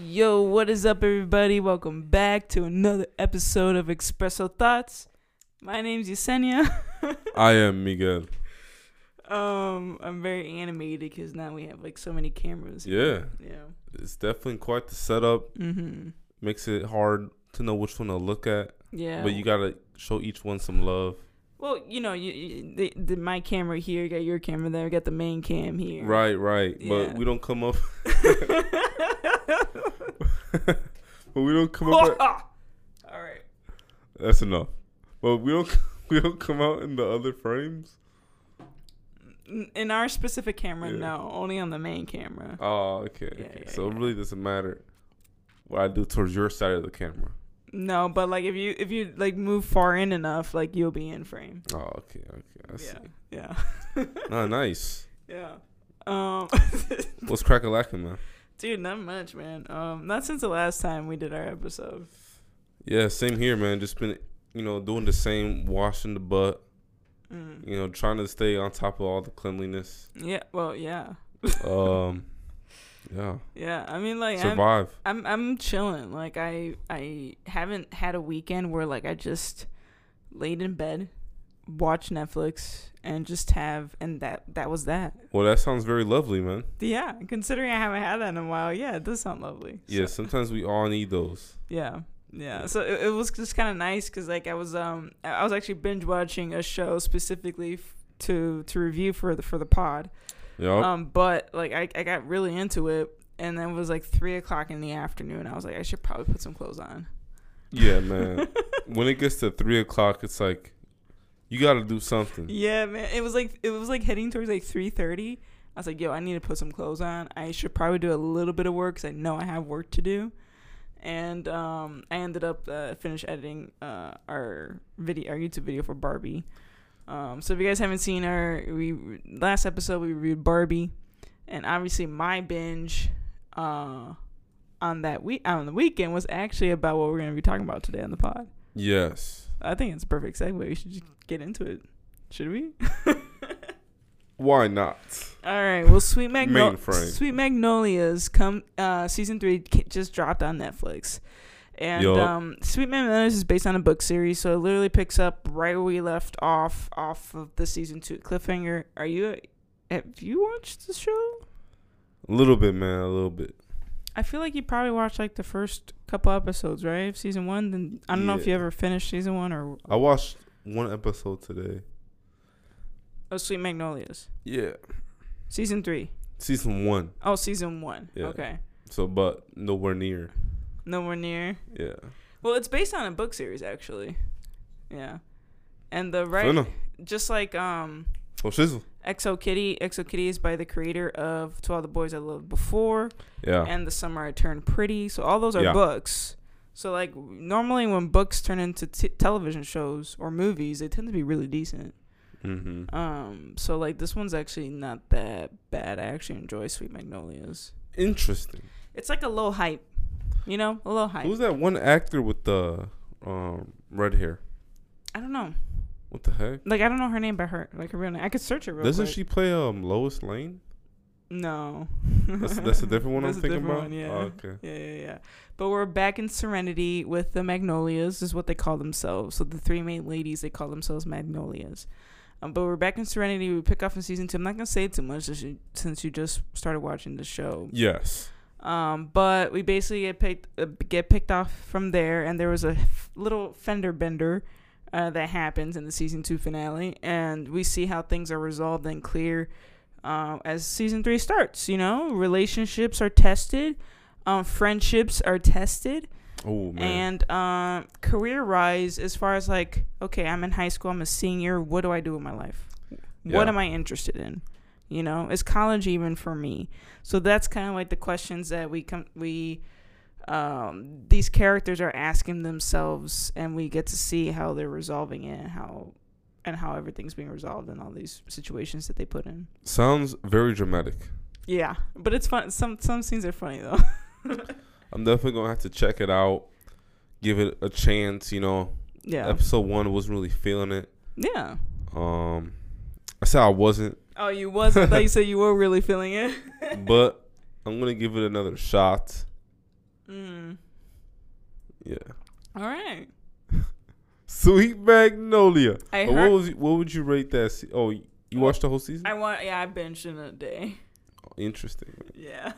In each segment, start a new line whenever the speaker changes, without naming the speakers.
Yo, what is up, everybody? Welcome back to another episode of Espresso Thoughts. My name's Yesenia.
I am Miguel.
um, I'm very animated because now we have like so many cameras.
Yeah,
Yeah.
it's definitely quite the setup.
Mm-hmm.
Makes it hard to know which one to look at,
Yeah.
but you gotta show each one some love.
well, you know, you, you the, the, my camera here, you got your camera there, you got the main cam here.
Right, right.
Yeah.
But we don't come up. but we don't come up.
All right.
that's enough. But we don't. We don't come out in the other frames.
N- In our specific camera,
Yeah.
no, only on the main camera.
Oh, okay.
Yeah,
okay.
yeah,
so it
yeah.
really doesn't matter what I do towards your side of the camera.
No, but like if you if you like move far in enough, like you'll be in frame.
Oh, okay, okay. I see.
Yeah.
Nah, nice.
Yeah. Um
What's crack a lacking, man?
dude, not much, man. Um not since the last time we did our episode.
Yeah, same here, man. Just been, you know, doing the same, washing the butt,
Mm.
you know, trying to stay on top of all the cleanliness.
Yeah, well, yeah.
Um, yeah,
Yeah. I mean like I'm,
survive.
I'm I'm chilling. Like I I haven't had a weekend where like I just laid in bed, watched Netflix and just have and that that was that.
Well, that sounds very lovely, man.
Yeah, considering I haven't had that in a while, yeah, it does sound lovely.
Yeah,
So-
sometimes we all need those.
Yeah. Yeah.
Yeah.
So it, it was just kind of nice cuz like I was um I I was actually binge watching a show specifically f- to to review for the for the pod.
Yeah,
Um but like I I got really into it and then it was like 3 o'clock in the afternoon. I was like I should probably put some clothes on.
yeah, man. when it gets to three o'clock, it's like you got to do something.
Yeah, man. It was like it was like heading towards like 3:30. I was like, "Yo, I need to put some clothes on. I should probably do a little bit of work cuz I know I have work to do." And um I ended up uh, finish editing uh our video our YouTube video for Barbie. Um so if you guys haven't seen our we last episode we reviewed Barbie and obviously my binge uh on that week on the weekend was actually about what we're going to be talking about today on the pod.
Yes.
I think it's a perfect segue. We should just get into it. Should we?
Why not?
All right. Well, Sweet Magno-
Mainframe.
Sweet Magnolias come uh, season three ki- just dropped on Netflix, and
Yup.
um, Sweet Magnolias is based on a book series, so it literally picks up right where we left off off of the season two cliffhanger. Are you? Have you watched the show?
A little bit, man. A little bit.
I feel like you probably watched like the first couple episodes, right? Of season one. Then I don't know if you
Yeah.
ever finished season one or
I watched one episode today.
oh, Sweet Magnolias
Yeah,
season three.
season one.
Oh, season one.
Yeah.
Okay.
So, but nowhere near.
Nowhere near.
Yeah.
Well, it's based on a book series actually. Yeah. And the
Right.
right
So, no.
just like um
Oh, shizzle.
Exo Kitty, Exo Kitty is by the creator of To All the Boys I Loved Before
Yeah.
and The Summer I Turned Pretty. So all those are
Yeah.
books. So like normally when books turn into t- television shows or movies, they tend to be really decent.
mm-hmm.
Um so like this one's actually not that bad. I actually enjoy Sweet Magnolias.
Interesting.
It's like a low hype, you know? A low hype.
Who's that one actor with the um, red hair?
I don't know.
What the heck?
Like I don't know her name by her like her real name. I could search it real
Doesn't
quick.
she play um Lois Lane?
No.
That's that's a different one
That's
I'm
a
thinking
different
about.
one, yeah.
Oh, okay.
Yeah, yeah, yeah. But we're back in Serenity with the Magnolias, is what they call themselves. So the three main ladies, they call themselves Magnolias. Um, but we're back in Serenity. We pick up in season two. I'm not gonna say too much since you, since you just started watching the show.
Yes.
Um, but we basically get picked uh, get picked off from there, and there was a f- little fender bender uh, that happens in the season two finale, and we see how things are resolved and clear uh, as season three starts. You know, relationships are tested, um, friendships are tested,
Oh man.
and um, career rise as far as like, okay, I'm in high school, I'm a senior. What do I do with my life? What
Yeah.
am I interested in? You know, is college even for me? So that's kind of like the questions that we come we um, these characters are asking themselves, and we get to see how they're resolving it, and how and how everything's being resolved in all these situations that they put in.
Sounds very dramatic.
Yeah, but it's fun. Some some scenes are funny though.
I'm definitely gonna have to check it out. Give it a chance, you know.
yeah,
Episode one wasn't really feeling it.
yeah.
Um I said I wasn't,
Oh, you was. I thought you said you were really feeling it.
but I'm gonna give it another shot.
Mm.
Yeah.
All right.
Sweet Magnolia.
I
Oh,
heard.
what was you- what would you rate that? Se- oh, you watched the whole season?
I want. Yeah, I benched in a day.
Interesting.
Yeah.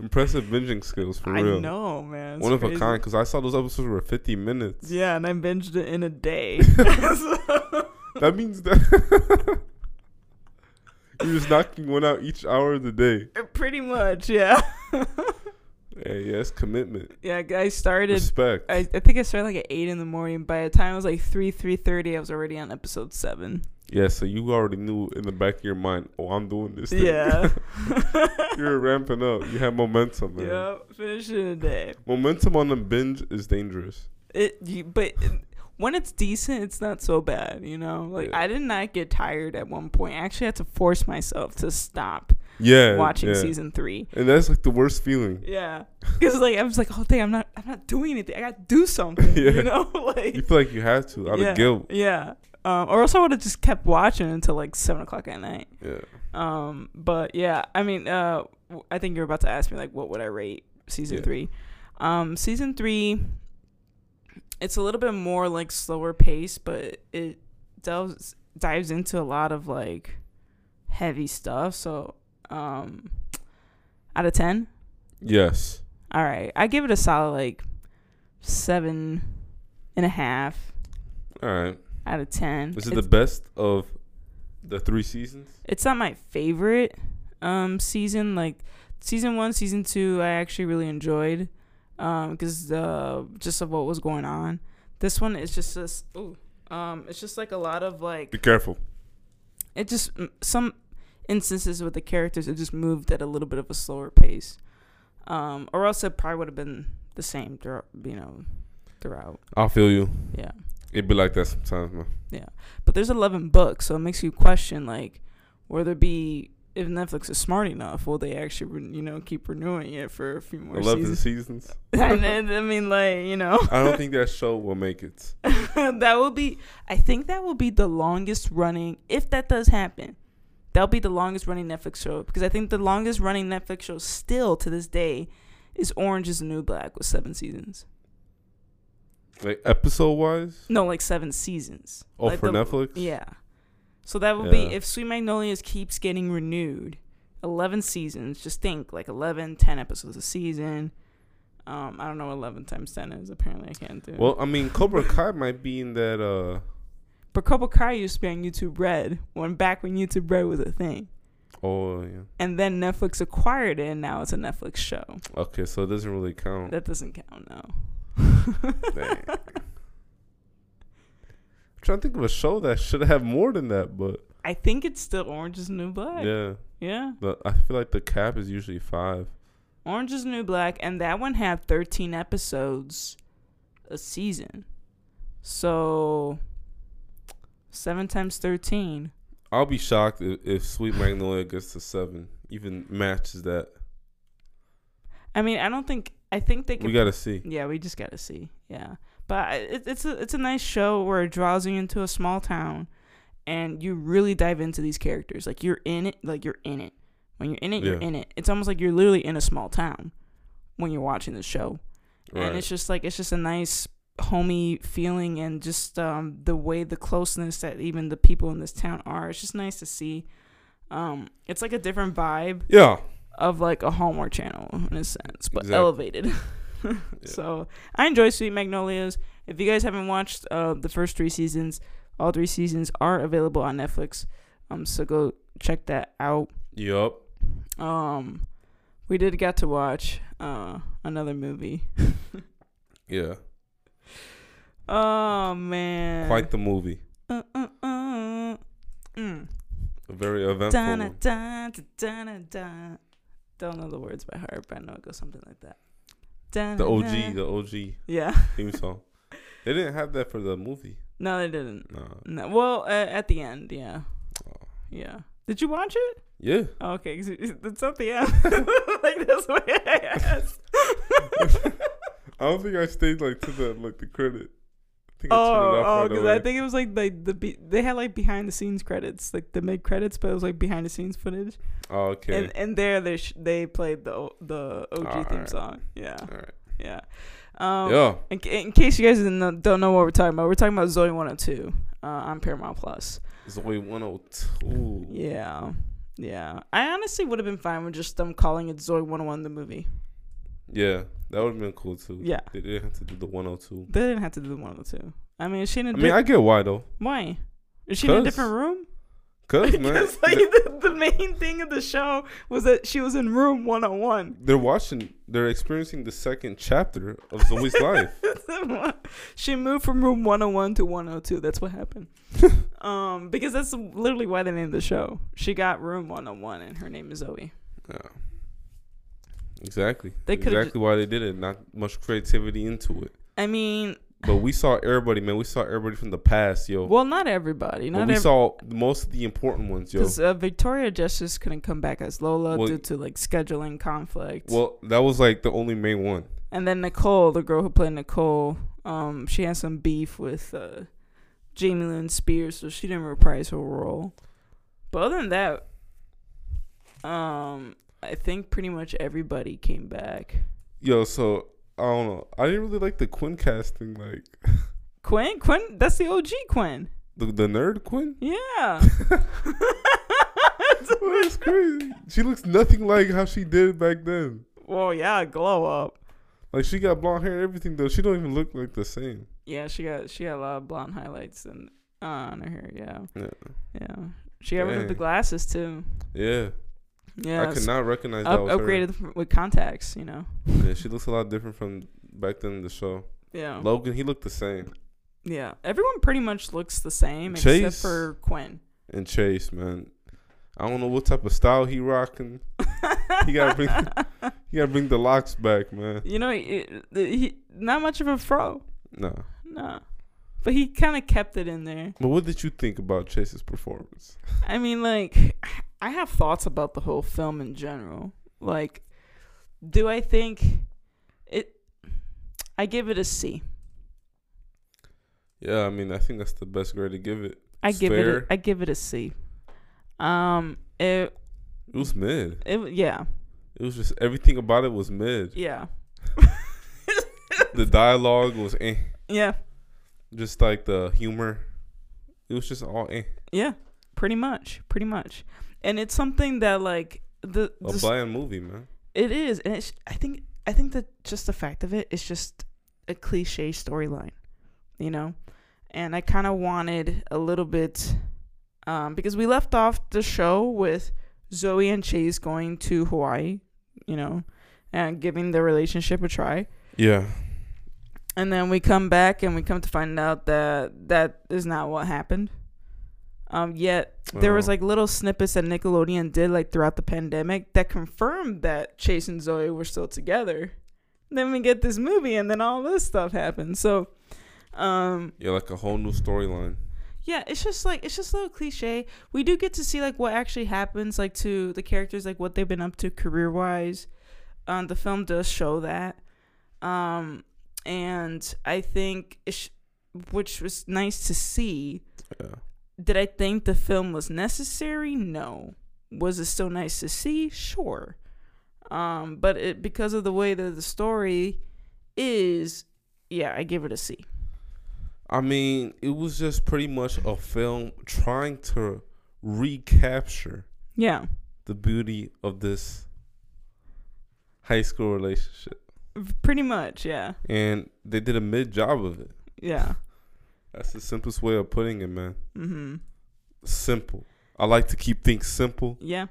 Impressive binging skills for
I
real.
know, man. It's
One of a
crazy.
kind because I saw those episodes were 50 minutes.
Yeah, and I binged it in a day.
That means that you're just knocking one out each hour of the day.
Pretty much, yeah.
Hey, yeah, it's commitment,
Yeah, I started.
respect.
I, I think I started like at eight in the morning. By the time it was like three, three thirty, I was already on episode seven.
yeah, so you already knew in the back of your mind, oh, I'm doing this. Thing.
Yeah.
you're ramping up. You have momentum, man.
yep. Finish it in a day.
Momentum on a binge is dangerous.
It, you, but when it's decent, it's not so bad, you know. Like
Yeah.
I did not get tired at one point. I actually had to force myself to stop
Yeah,
watching
yeah.
season three.
and that's like the worst feeling.
Yeah, because like I was like, oh dang, I'm not, I'm not doing anything. I got to do something,
Yeah.
you know,
You
like
feel like you have to out
yeah,
of guilt.
Yeah, um, or else I would have just kept watching until like seven o'clock at night.
Yeah.
Um, but yeah, I mean, uh, w- I think you're about to ask me like, what would I rate season
Yeah.
three? Um, season three, it's a little bit more like slower pace, but it delves dives into a lot of like heavy stuff. So, um, out of ten,
Yes.
all right, I give it a solid like seven and a half
All right.
out of ten.
Is
It's-
it the best of the three seasons?
it's not my favorite um season like season one season two i actually really enjoyed um because the just of what was going on this one is just this ooh, um it's just like a lot of
Be
like
careful.
it just mm, some instances with the characters it just moved at a little bit of a slower pace um or else it probably would have been the same throughout you know throughout
I'll feel you.
yeah
It be like that sometimes, man.
but there's 11 books so it makes you question like will there be if netflix is smart enough will they actually re- you know keep renewing it for a few more
Eleven
seasons
seasons.
and, and, i mean like you know
I don't think that show will make it.
that will be i think that will be the longest running if that does happen that'll be the longest running netflix show because i think the longest running netflix show still to this day is orange is the new black with seven seasons
Like episode wise?
no like seven seasons
Oh,
Like
for
the-
Netflix?
Yeah. So that would
Yeah.
be if Sweet Magnolias keeps getting renewed, 11 seasons, just think like 11, 10 episodes a season. Um, I don't know what 11 times 10 is. Apparently, I can't do it.
Well, I mean, Cobra Kai might be in that. uh
but Cobra Kai used to be on YouTube Red when back when YouTube Red was a thing.
Oh, yeah.
And then Netflix acquired it, and now it's a Netflix show.
Okay, so it doesn't really count.
That doesn't count, no.
Dang. I'm trying to think of a show that should have more than that, but
I think it's still Orange is the New Black.
yeah,
yeah.
the, I feel like the cap is usually five.
Orange is the New Black, and that one had 13 episodes a season. So, 7 times 13.
I'll be shocked if, if Sweet Magnolia gets to seven, even matches that.
I mean, I don't think, I think they could.
We gotta see.
yeah, we just got to see. Yeah. But I- it, it's, a, it's a nice show where it draws you into a small town and you really dive into these characters. Like, you're in it. Like, you're in it. When you're in it, you're
Yeah.
in it. It's almost like you're literally in a small town when you're watching the show. and
Right.
it's just like it's just a nice homey feeling and just um the way the closeness that even the people in this town are it's just nice to see um it's like a different vibe
Yeah.
of like a hallmark channel in a sense but
Exactly.
elevated so i enjoy sweet magnolias if you guys haven't watched uh the first three seasons all three seasons are available on netflix um so go check that out
Yup.
um we did get to watch uh another movie
Yeah.
Oh man.
Quite the movie.
Uh, uh, uh. Mm.
A very eventful.
Dun,
one.
dun, dun, dun. Don't know the words by heart, but I know it goes something like that. Dun,
The
dun, dun.
OG, the OG
Yeah.
theme song. They didn't have that for the movie.
No, they didn't.
Nah.
No. Well, uh, at the end, yeah.
Oh.
Yeah. Did you watch it?
Yeah.
Oh, okay, 'cause it- it's at the end. like that's why I asked.
I don't think I stayed like to the like the credit. I think I turned it
Oh,
off
oh,
right
because
away.
I think it was like like the be- they had like behind the scenes credits, like the mid credits, but it was like behind the scenes footage.
oh, okay.
And and there they sh- they played the o- the OG theme
Alright.
song. Yeah,
All right.
yeah. Um,
Yo,
In, ca- in case you guys didn't know, don't know what we're talking about, we're talking about Zoe 102 uh, on Paramount Plus.
Zoe 102.
Yeah, yeah. I honestly would have been fine with just them calling it Zoe 101 the movie.
Yeah, that would have been cool too.
Yeah,
They didn't have to do the 102.
they didn't have to do the 102. I mean, is she in a
I
di-
mean, I get why though.
why? Is she in a
'Cause-
different room?
Because, man,
Because like
they-
the, the main thing of the show was that she was in room 101.
they're watching, they're experiencing the second chapter of Zoe's life.
she moved from room 101 to 102. That's what happened. um, because that's literally why they named the show. She got room 101 and her name is Zoe.
Yeah. Exactly.
They could've
exactly why they did it. Not much creativity into it.
I mean,
But we saw everybody, man. We saw everybody from the past, yo.
well, not everybody.
but
Not
we
every
saw most of the important ones, yo.
Because uh, Victoria Justice couldn't come back as Lola
Well-
due to like scheduling conflict.
Well, that was like the only main one.
and then Nicole, the girl who played Nicole, um, she had some beef with uh, Jamie Lynn Spears, so she didn't reprise her role. But other than that, um, I think pretty much everybody came back.
Yo, so I don't know. I didn't really like the Quinn casting, like
Quinn, Quinn, that's the OG Quinn.
the the nerd Quinn.
Yeah.
That's crazy. She looks nothing like how she did back then.
well, yeah, glow up.
Like she got blonde hair and everything though. She don't even look like the same.
Yeah, she got she got a lot of blonde highlights and uh, on her hair. Yeah,
Yeah.
yeah. She got rid of the
Dang.
glasses too.
Yeah.
Yeah,
I could
so
not recognize
up,
that was upgraded.
upgraded f- with contacts. You know.
her. Yeah, she looks a lot different from back then in the show.
Yeah.
Logan, he looked the same.
Yeah. Everyone pretty much looks the same except
Chase.
for Quinn.
And Chase, man. I don't know what type of style he rocking. He gotta bring he gotta bring the locks back, man.
You know, it, the- he not much of a fro.
Nah.
Nah. But he kind of kept it in there.
But what did you think about Chase's performance?
I mean, like, I have thoughts about the whole film in general. Like, do I think it? I give it a C.
Yeah, I mean, I think that's the best grade to give it.
I
It's
give it.
fair.
A, I give it a C. Um. It.
It was mid.
It. Yeah.
It was just everything about it was mid.
Yeah.
The dialogue was eh.
Yeah.
Just like the humor. It was just all eh.
Yeah, pretty much, pretty much. And it's something that like the,
A
the-
bland movie, man.
it is, and it's I think I think that just the fact of it is just a cliche storyline, you know. And I kind of wanted a little bit um, because we left off the show with Zoe and Chase going to Hawaii, you know, and giving their relationship a try.
Yeah.
And then we come back and we come to find out that that is not what happened. Um, yet there was
Oh.
like little snippets that Nickelodeon did like throughout the pandemic that confirmed that Chase and Zoe were still together. Then we get this movie and then all this stuff happens. So, um,
Yeah, like a whole new storyline.
yeah, it's just like it's just a little cliche. We do get to see like what actually happens, like to the characters, like what they've been up to career wise. Um, the film does show that, um, and I think it sh- which was nice to see.
Yeah.
Did I think the film was necessary? No. Was it still nice to see? Sure. Um, but it because of the way that the story is, yeah, I give it a C.
I mean, it was just pretty much a film trying to recapture
Yeah.
the beauty of this high school relationship.
Pretty much, yeah.
And they did a mid job of it.
Yeah.
That's the simplest way of putting it, man.
Mm-hmm.
Simple. I like to keep things simple.
Yeah.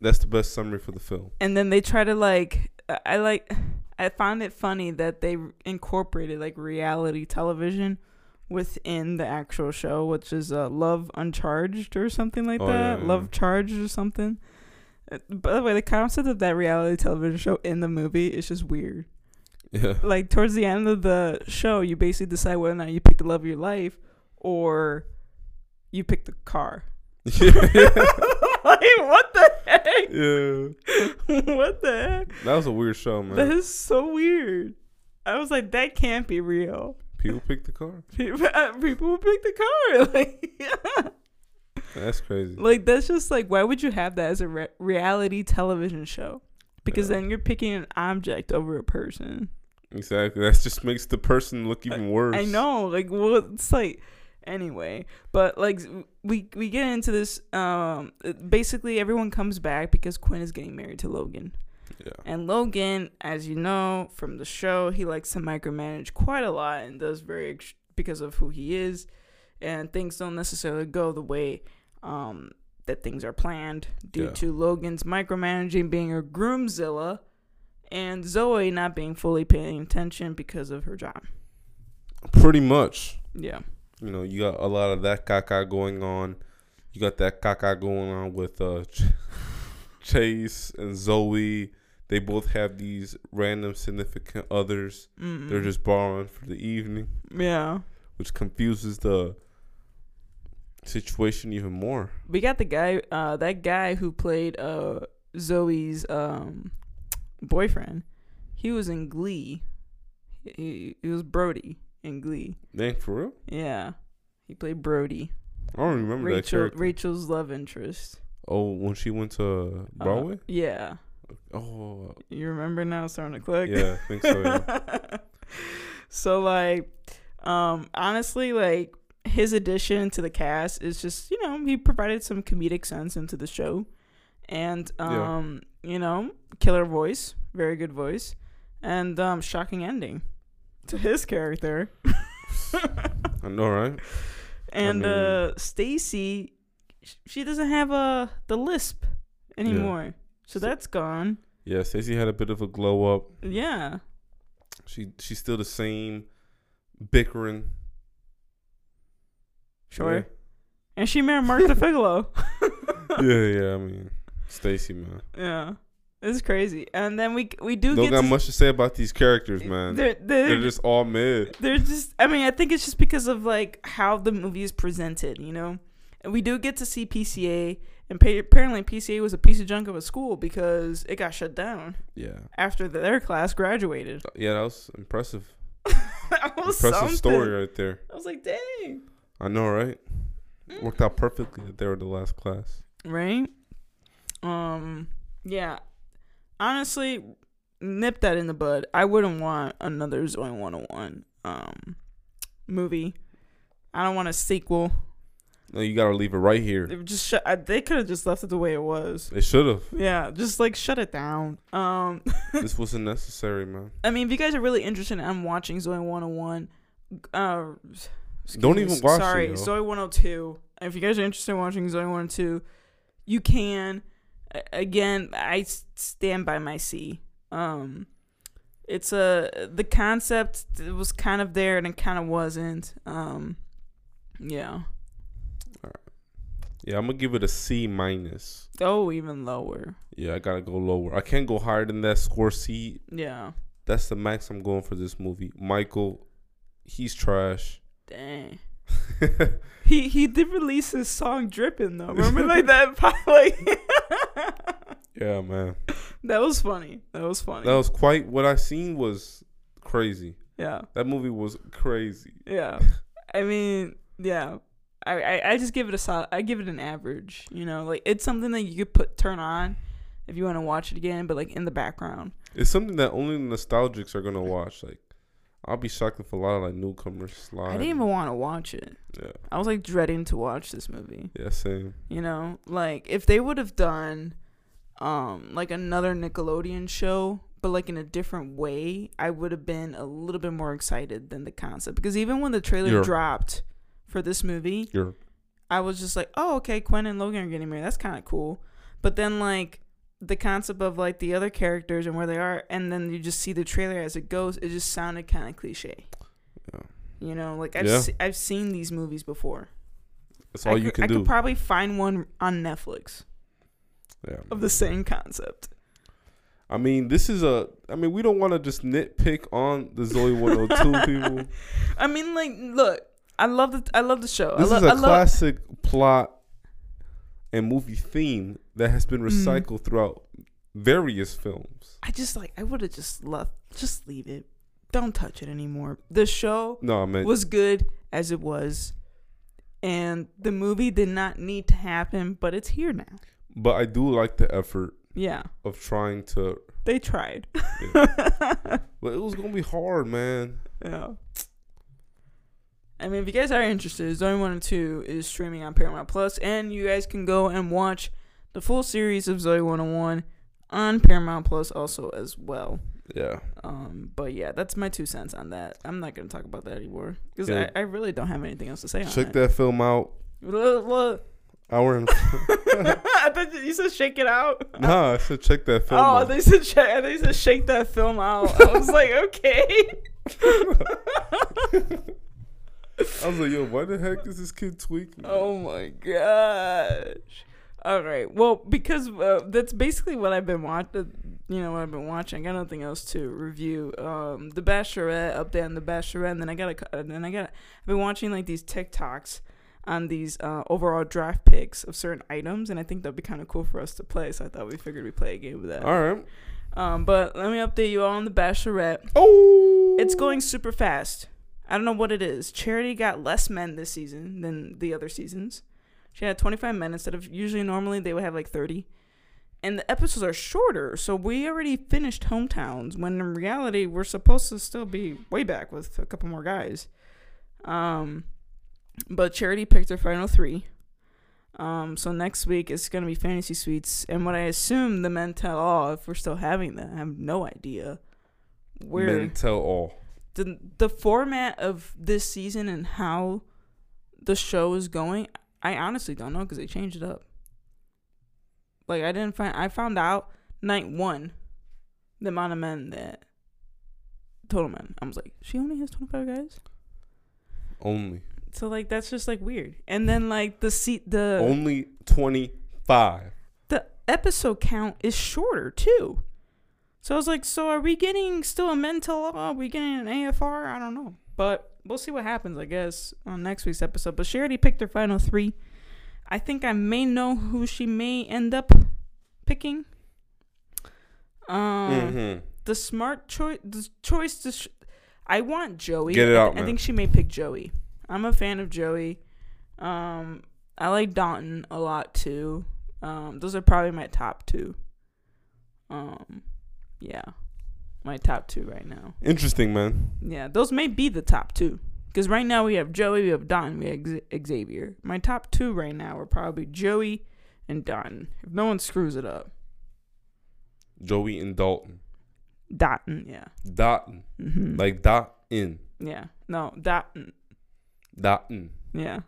That's the best summary for the film.
And then they try to like I- I like I found it funny that they incorporated like reality television within the actual show, which is uh, Love Uncharged or something like
Oh, yeah,
that.
yeah.
Love Charged or something. Uh, By the way, the concept of that reality television show in the movie is just weird.
Yeah.
Like towards the end of the show, you basically decide whether or not you pick the love of your life or you pick the car. like what the heck?
yeah.
what the heck?
That was a weird show,
That
man.
is so weird. I was like, that can't be real.
People pick the car.
People, uh, people will pick the car. Like,
That's crazy.
like that's just like why would you have that as a re- reality television show? Because
Yeah.
then you're picking an object over a person.
Exactly. That just makes the person look even worse.
I know, like well, it's like anyway, but like we we get into this. Um, basically everyone comes back because Quinn is getting married to Logan,
Yeah.
and Logan, as you know from the show, he likes to micromanage quite a lot and does very ex- because of who he is, and things don't necessarily go the way um that things are planned due
Yeah.
to Logan's micromanaging being a groomzilla. And Zoe not being fully paying attention because of her job.
Pretty much.
Yeah.
You know, you got a lot of that caca going on. You got that caca going on with uh, Ch- Chase and Zoe. They both have these random significant others.
Mm-mm.
They're just borrowing for the evening,
yeah.
which confuses the situation even more.
We got the guy, uh, that guy who played uh Zoe's um boyfriend. He was in Glee. He, he was Brody in Glee.
Man, for real?
Yeah, he played Brody.
I don't remember that
Rachel,
character.
Rachel's love interest.
oh, when she went to
Uh,
Broadway?
yeah,
oh,
you remember now? It's starting to click.
yeah, I think so. Yeah.
so like um honestly like his addition to the cast is just you know he provided some comedic sense into the show and
Yeah.
um you know killer voice very good voice and um shocking ending to his character
I know, right?
and
mean-
uh stacy sh- she doesn't have uh the lisp anymore so
So-
that's gone
Yeah, Stacey had a bit of a glow up.
yeah
She she's still the same bickering.
sure and she married mark DeFigolo.
Yeah, yeah. yeah, I mean, Stacey, man.
Yeah, it's crazy. And then we we do
Don't
get
got
to-
much to say about these characters, man. They're,
They're they're, just,
just all mid.
they're just. I mean, I think it's just because of like how the movie is presented, you know. And we do get to see PCA, and pa- apparently PCA was a piece of junk of a school because it got shut down
Yeah,
after their class graduated.
yeah. That was impressive.
that was
impressive
something.
story right there.
I was like, dang,
I know, right?
Mm.
Worked out perfectly that they were the last class.
right? Um, yeah. Honestly, nip that in the bud. I wouldn't want another Zoe 101 um movie. I don't want a sequel.
No, you gotta leave it right here.
They just shut, I, they could have just left it the way it was.
They should have.
Yeah, just like shut it down. Um,
this wasn't necessary, man.
I mean, if you guys are really interested in watching Zoe 101, uh, excuse
Don't
me,
even
s-
watch it,
Sorry,
yo.
Zoe 102. If you guys are interested in watching Zoe 102, you can. A- Again, I s- stand by my C. Um, it's a the concept it was kind of there and it kind of wasn't. Um, yeah.
Yeah, I'm gonna give it a C minus.
Oh, even lower.
Yeah, I gotta go lower. I can't go higher than that score C
Yeah.
That's the max I'm going for this movie. Michael, he's trash.
Dang. He he did release his song "Dripping" though. Remember like that like
yeah, man.
That was funny. That was funny.
That was quite what I seen was crazy.
yeah,
That movie was crazy.
yeah. I mean, yeah. I, I, I just give it a solid. I give it an average. You know, like it's something that you could put turn on if you want to watch it again, but like in the background.
It's something that only nostalgics are gonna watch. Like, I'll be shocked if a lot of like newcomers slide.
I didn't even want to watch it.
Yeah,
I was like dreading to watch this movie.
yeah, same.
You know, like if they would have done, um, like another Nickelodeon show, but like in a different way, I would have been a little bit more excited than the concept. Because even when the trailer
Yeah.
dropped for this movie,
You're
I was just like, oh, okay, Quinn and Logan are getting married. That's kind of cool. But then, like, the concept of like the other characters and where they are, and then you just see the trailer as it goes, it just sounded kind of cliche.
Yeah.
You know, like I've,
Yeah.
se- I've seen these movies before.
that's all
I
you
could,
can
I
do.
could probably find one on Netflix
yeah,
of
man.
the same concept.
I mean, this is a. I mean, we don't want to just nitpick on the Zoe 102 people.
I mean, like, look, I love the I love the show.
This
I, lo-
is a
I love
classic plot and movie theme that has been
Mm.
recycled throughout various films.
I just like I would have just left, just leave it, don't touch it anymore. The show
No, I meant
was good as it was, and the movie did not need to happen, but it's here now.
but I do like the effort
Yeah,
of trying to
they tried.
but it was gonna be hard, man.
Yeah. I mean, if you guys are interested, Zone 1 and 2 is streaming on Paramount Plus, and you guys can go and watch the full series of Zoe 101 on Paramount Plus also as well.
Yeah.
Um, but yeah, that's my two cents on that. I'm not gonna talk about that anymore because
Yeah.
I, I really don't have anything else to say
Check
on
that film out.
that.
Hour and
I thought you said shake it out.
Nah, I said check that film
oh,
out.
they said shake. They said shake that film out. I was like, okay.
I was like, yo, why the heck is this kid tweaking?
Oh my gosh. All right. Well, because uh, that's basically what I've been watching. You know what I've been watching. I got nothing else to review. Um, The Bachelorette, up there on The Bachelorette, and then I got a, cou- and then I got. I've been watching like these TikToks on these uh, overall draft picks of certain items, and I think that'd be kind of cool for us to play. So I thought we figured we'd play a game with that.
All right.
Um, but let me update you all on The Bachelorette.
Oh,
It's going super fast. I don't know what it is. Charity got less men this season than the other seasons. She had 25 men instead of usually normally they would have like 30. And the episodes are shorter, so we already finished hometowns when in reality we're supposed to still be way back with a couple more guys. Um but Charity picked her final 3. Um so next week it's going to be fantasy suites and what I assume the men tell all if we're still having that. I have no idea. Where
Men tell all.
the the format of this season and how the show is going, I honestly don't know because they changed it up. Like I didn't find I found out night one, the amount of men that total men. I was like, she only has twenty five guys.
Only.
So like that's just like weird. And then like the seat the
Only 25.
the episode count is shorter too. So I was like, so are we getting still a mental? Are we getting an AFR? I don't know, but we'll see what happens, I guess, on next week's episode. But she already picked her final three. I think I may know who she may end up picking. Um,
mm-hmm.
the smart choice, the choice to. Sh- I want Joey.
Get it
I th-
out,
I
man.
think she may pick Joey. I'm a fan of Joey. Um, I like Dalton a lot too. Um, those are probably my top two. Um, yeah, my top two right now.
Interesting, man.
Yeah, those may be the top two. Because right now we have Joey, we have Don, we have X- Xavier. My top two right now are probably Joey and Don. If no one screws it up,
Joey and Dalton.
Dalton. Yeah.
Dalton.
hmm
Like dot in.
yeah. No, Dalton.
Dalton.
Yeah.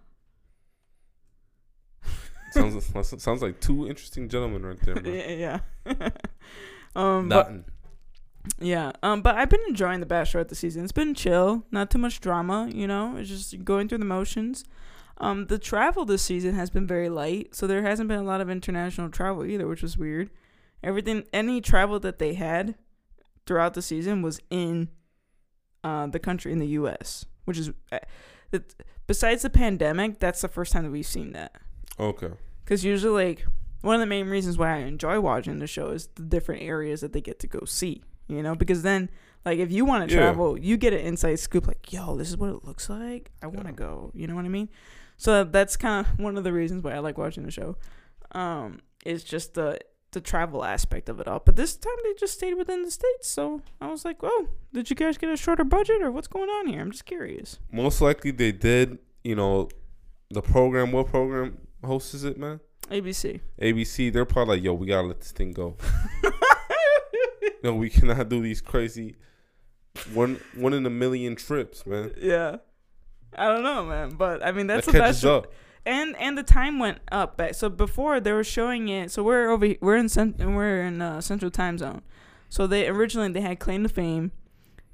Sounds sounds like two interesting gentlemen right there, man.
yeah. yeah. um, but,
Dalton.
yeah. Um, but I've been enjoying the Bachelorette this season. It's been chill, not too much drama. You know, it's just going through the motions. Um, the travel this season has been very light, so there hasn't been a lot of international travel either, which is weird. Everything, any travel that they had throughout the season was in uh, the country in the U.S., which is, uh, it, besides the pandemic, that's the first time that we've seen that.
Okay.
Because usually, like, one of the main reasons why I enjoy watching the show is the different areas that they get to go see, you know? Because then, like, if you want to
Yeah.
travel, you get an inside scoop, like, yo, this is what it looks like. I want to
Yeah.
go. You know what I mean? So that's kind of one of the reasons why I like watching the show. Um, is just the the travel aspect of it all. But this time they just stayed within the states, so I was like, "Whoa, did you guys get a shorter budget, or what's going on here?" I'm just curious.
Most likely they did, you know, the program, what program hosts is it, man?
ABC.
ABC, they're probably like, yo, we gotta let this thing go. No, we cannot do these crazy one one in a million trips, man.
yeah, I don't know, man, but I mean that's
that
the
catches
best.
up.
and and the time went up. But- So before they were showing it. So we're over. We're in cent- we're in uh, Central Time Zone. So they originally they had Claim to Fame,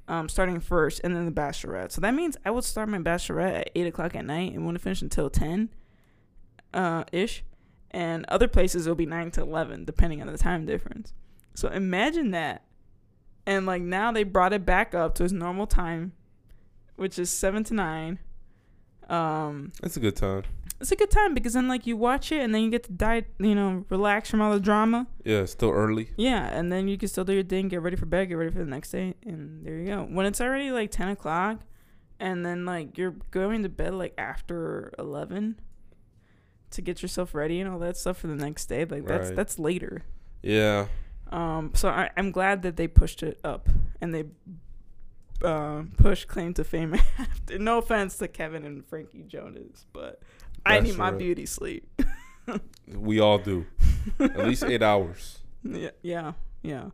um, starting first, and then the Bachelorette. So that means I would start my Bachelorette at eight o'clock at night and wouldn't finish until ten, uh, ish. And other places it'll be nine to eleven, depending on the time difference. So imagine that. And like now they brought it back up to its normal time, which is seven to nine. Um,
That's a good time.
it's a good time because then like you watch it and then you get to die, you know, relax from all the drama.
Yeah, it's still early.
Yeah, and then you can still do your thing, get ready for bed, get ready for the next day, and there you go. When it's already like ten o'clock, and then like you're going to bed like after eleven to get yourself ready and all that stuff for the next day, like that's
Right.
that's later.
Yeah.
Um, so I, I'm glad that they pushed it up and they uh, pushed Claim to Fame. after. No offense to Kevin and Frankie Jonas, but I
That's
need my
right.
beauty sleep.
We all do. At least eight hours.
Yeah, yeah, yeah.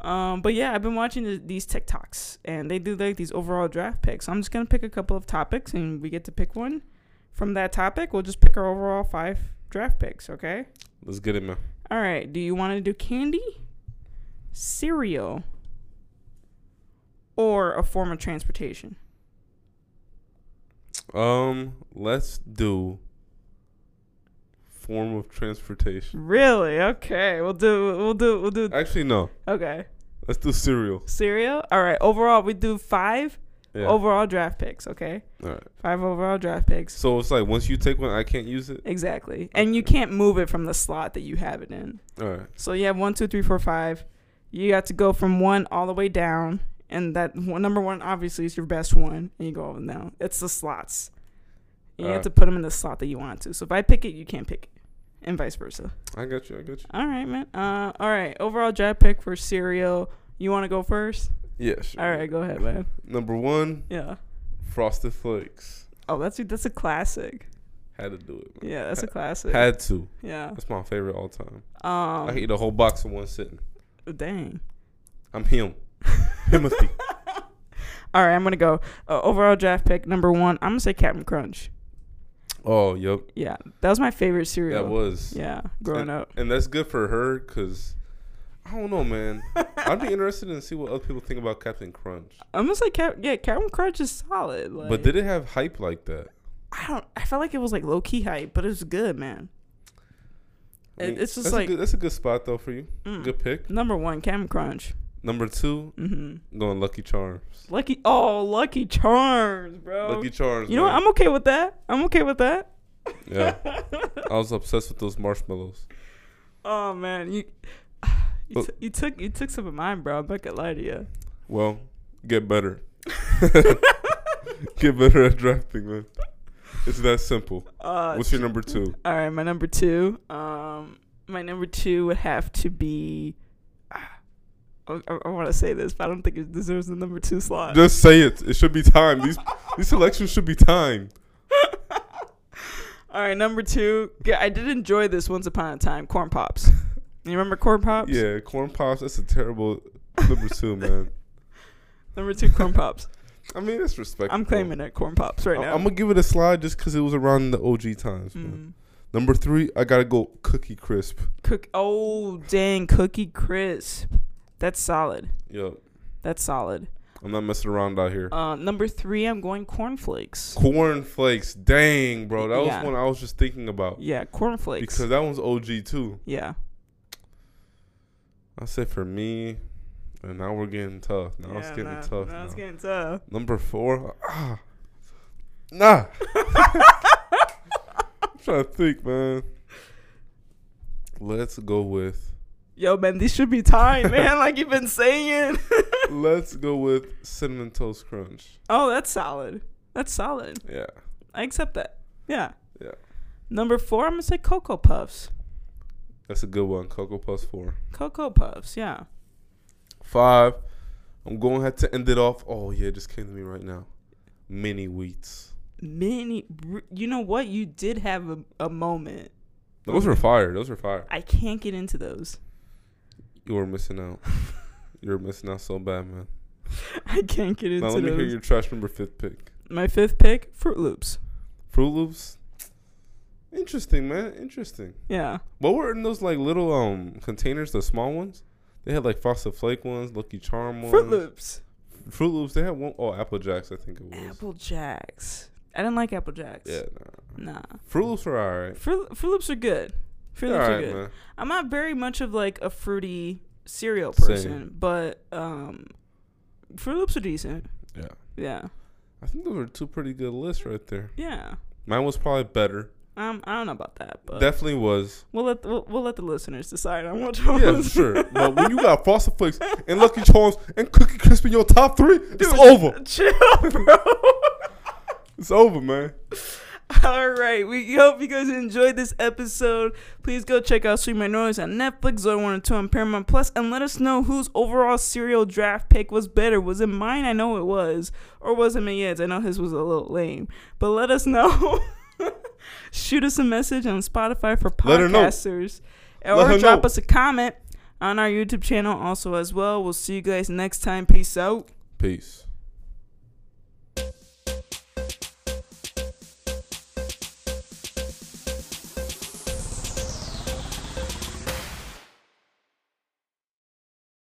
Um, but yeah, I've been watching th- these TikToks, and they do like these overall draft picks. So I'm just gonna pick a couple of topics, and we get to pick one from that topic. We'll just pick our overall five draft picks. Okay.
Let's get it, man.
All right. Do you want to do candy, cereal, or a form of transportation?
Um, let's do form of transportation.
Really? Okay. We'll do. We'll do. We'll do.
Actually, no.
Okay.
Let's do cereal.
Cereal. All right. Overall, we do five
Yeah.
overall draft picks. Okay.
All right.
Five overall draft picks.
So it's like once you take one, I can't use it.
Exactly. And you
Okay.
can't move it from the slot that you have it in.
All right.
So you have one, two, three, four, five. You got to go from one all the way down. And that one, number one, obviously, is your best one. And you go up and down. It's the slots. You have
Uh.
to put them in the slot that you want to. So if I pick it, you can't pick it. And vice versa.
I got you. I got you.
All right, man. Uh, all right. Overall draft pick for cereal. You want to go first?
Yeah. Sure.
All right, go ahead, man.
Number one,
Yeah.
Frosted Flakes.
Oh, that's that's a classic.
Had to do it. Man.
Yeah, that's a classic.
Had to.
Yeah.
That's my favorite all time. I can
Um.
eat a whole box in one sitting.
Dang.
I'm him. Himothy.
All right, I'm gonna go uh, overall draft pick number one. I'm gonna say Captain Crunch.
Oh, yep.
Yeah, that was my favorite cereal.
That was.
Yeah, growing up.
And that's good for her because I don't know, man. I'd be interested in see what other people think about Captain Crunch.
I'm gonna say Cap. Yeah, Captain Crunch is solid. Like,
but did it have hype like that?
I don't. I felt like it was like low key hype, but it was good, man.
I
It-
mean,
it's just
that's
like-
a good, that's a good spot though for you.
Mm.
Good pick.
Number one, Captain Crunch.
Number two,
hmm
going Lucky Charms.
Lucky. Oh, Lucky Charms, bro.
Lucky Charms.
Oh. you know what?
man.
I'm okay with that. I'm okay with that.
yeah. Uh, I was obsessed with those marshmallows.
Oh man, you. You, t- you took you took some of mine, bro. I'm not gonna lie to you.
Well, get better. get better at drafting, man. It's that simple.
Uh,
What's your number two?
All right, my number two. Um, my number two would have to be. ah, I, I, I want to say this, but I don't think it deserves the number two slot.
Just say it. It should be timed. These these selections should be timed.
all right, number two. Yeah, I did enjoy this once upon a time. Corn pops. You remember corn pops?
Yeah, corn pops. That's a terrible number two, man.
Number two, corn pops.
I mean, it's respectful.
I'm claiming it. Corn pops right now.
I'm gonna give it a slide just because it was around the OG times. Man.
Mm.
Number three, I gotta go Cookie Crisp.
Cook. Oh dang, cookie crisp. That's solid.
Yo,
That's solid.
I'm not messing around out here.
Uh, number three, I'm going cornflakes.
Corn Flakes. Dang, bro, that
Yeah.
was one I was just thinking about
Yeah, cornflakes.
because that one's OG too.
yeah.
I said for me, and now we're getting tough. Now it's getting
nah,
tough.
nah,
now.
it's getting tough.
Number four, ah, nah. I'm trying to think, man. Let's go with.
Yo, man, this should be time, man. like you've been saying.
Let's go with cinnamon toast crunch.
oh, that's solid. That's solid.
Yeah,
I accept that. Yeah.
Yeah.
Number four, I'm gonna say Cocoa Puffs.
that's a good one. Cocoa Puffs four.
Cocoa Puffs. Yeah.
Five. I'm going to have to end it off. Oh yeah, it just came to me right now. Mini wheats.
Mini. You know what? You did have a, a moment.
Those were fire. Those were fire.
I can't get into those.
You were missing out. you were missing out so bad, man.
I can't get into
Now let me hear
those.
your trash number fifth pick.
My fifth pick, Fruit Loops.
Fruit Loops. Interesting, man. Interesting.
Yeah.
What were in those like little um containers, the small ones? They had like Frosted Flake ones, Lucky Charm ones.
Fruit Loops.
Fruit Loops. They had one oh Apple Jacks, I think it was.
Apple Jacks. I didn't like Apple Jacks.
Yeah, nah.
Nah.
Fruit Loops were alright.
Fruit, Fruit Loops are good. Fruit
They're
Loops are
alright,
good.
man.
I'm not very much of like a fruity cereal
Same.
person, but um, Fruit Loops are decent.
Yeah.
Yeah,
I think those were two pretty good lists right there.
yeah.
Mine was probably better.
Um, I don't know about that, but
Definitely was.
we'll let the, we'll, we'll let the listeners decide on which ones.
Yeah, sure. But when you got Frosted Flakes and Lucky Charms and Cookie Crisp in your top three, it's over.
Chill, bro.
It's over, man.
All right. We hope you guys enjoyed this episode. Please go check out Sweet Minorities on Netflix, Zoe 1 and 2 on Paramount Plus, and let us know whose overall serial draft pick was better. Was it mine? I know it was. Or was it Mayed's? I know his was a little lame. But let us know. Shoot us a message on Spotify for
Let her know.
podcasters.
Let her
Or drop
know.
us a comment on our YouTube channel also as well. We'll see you guys next time. Peace out.
Peace.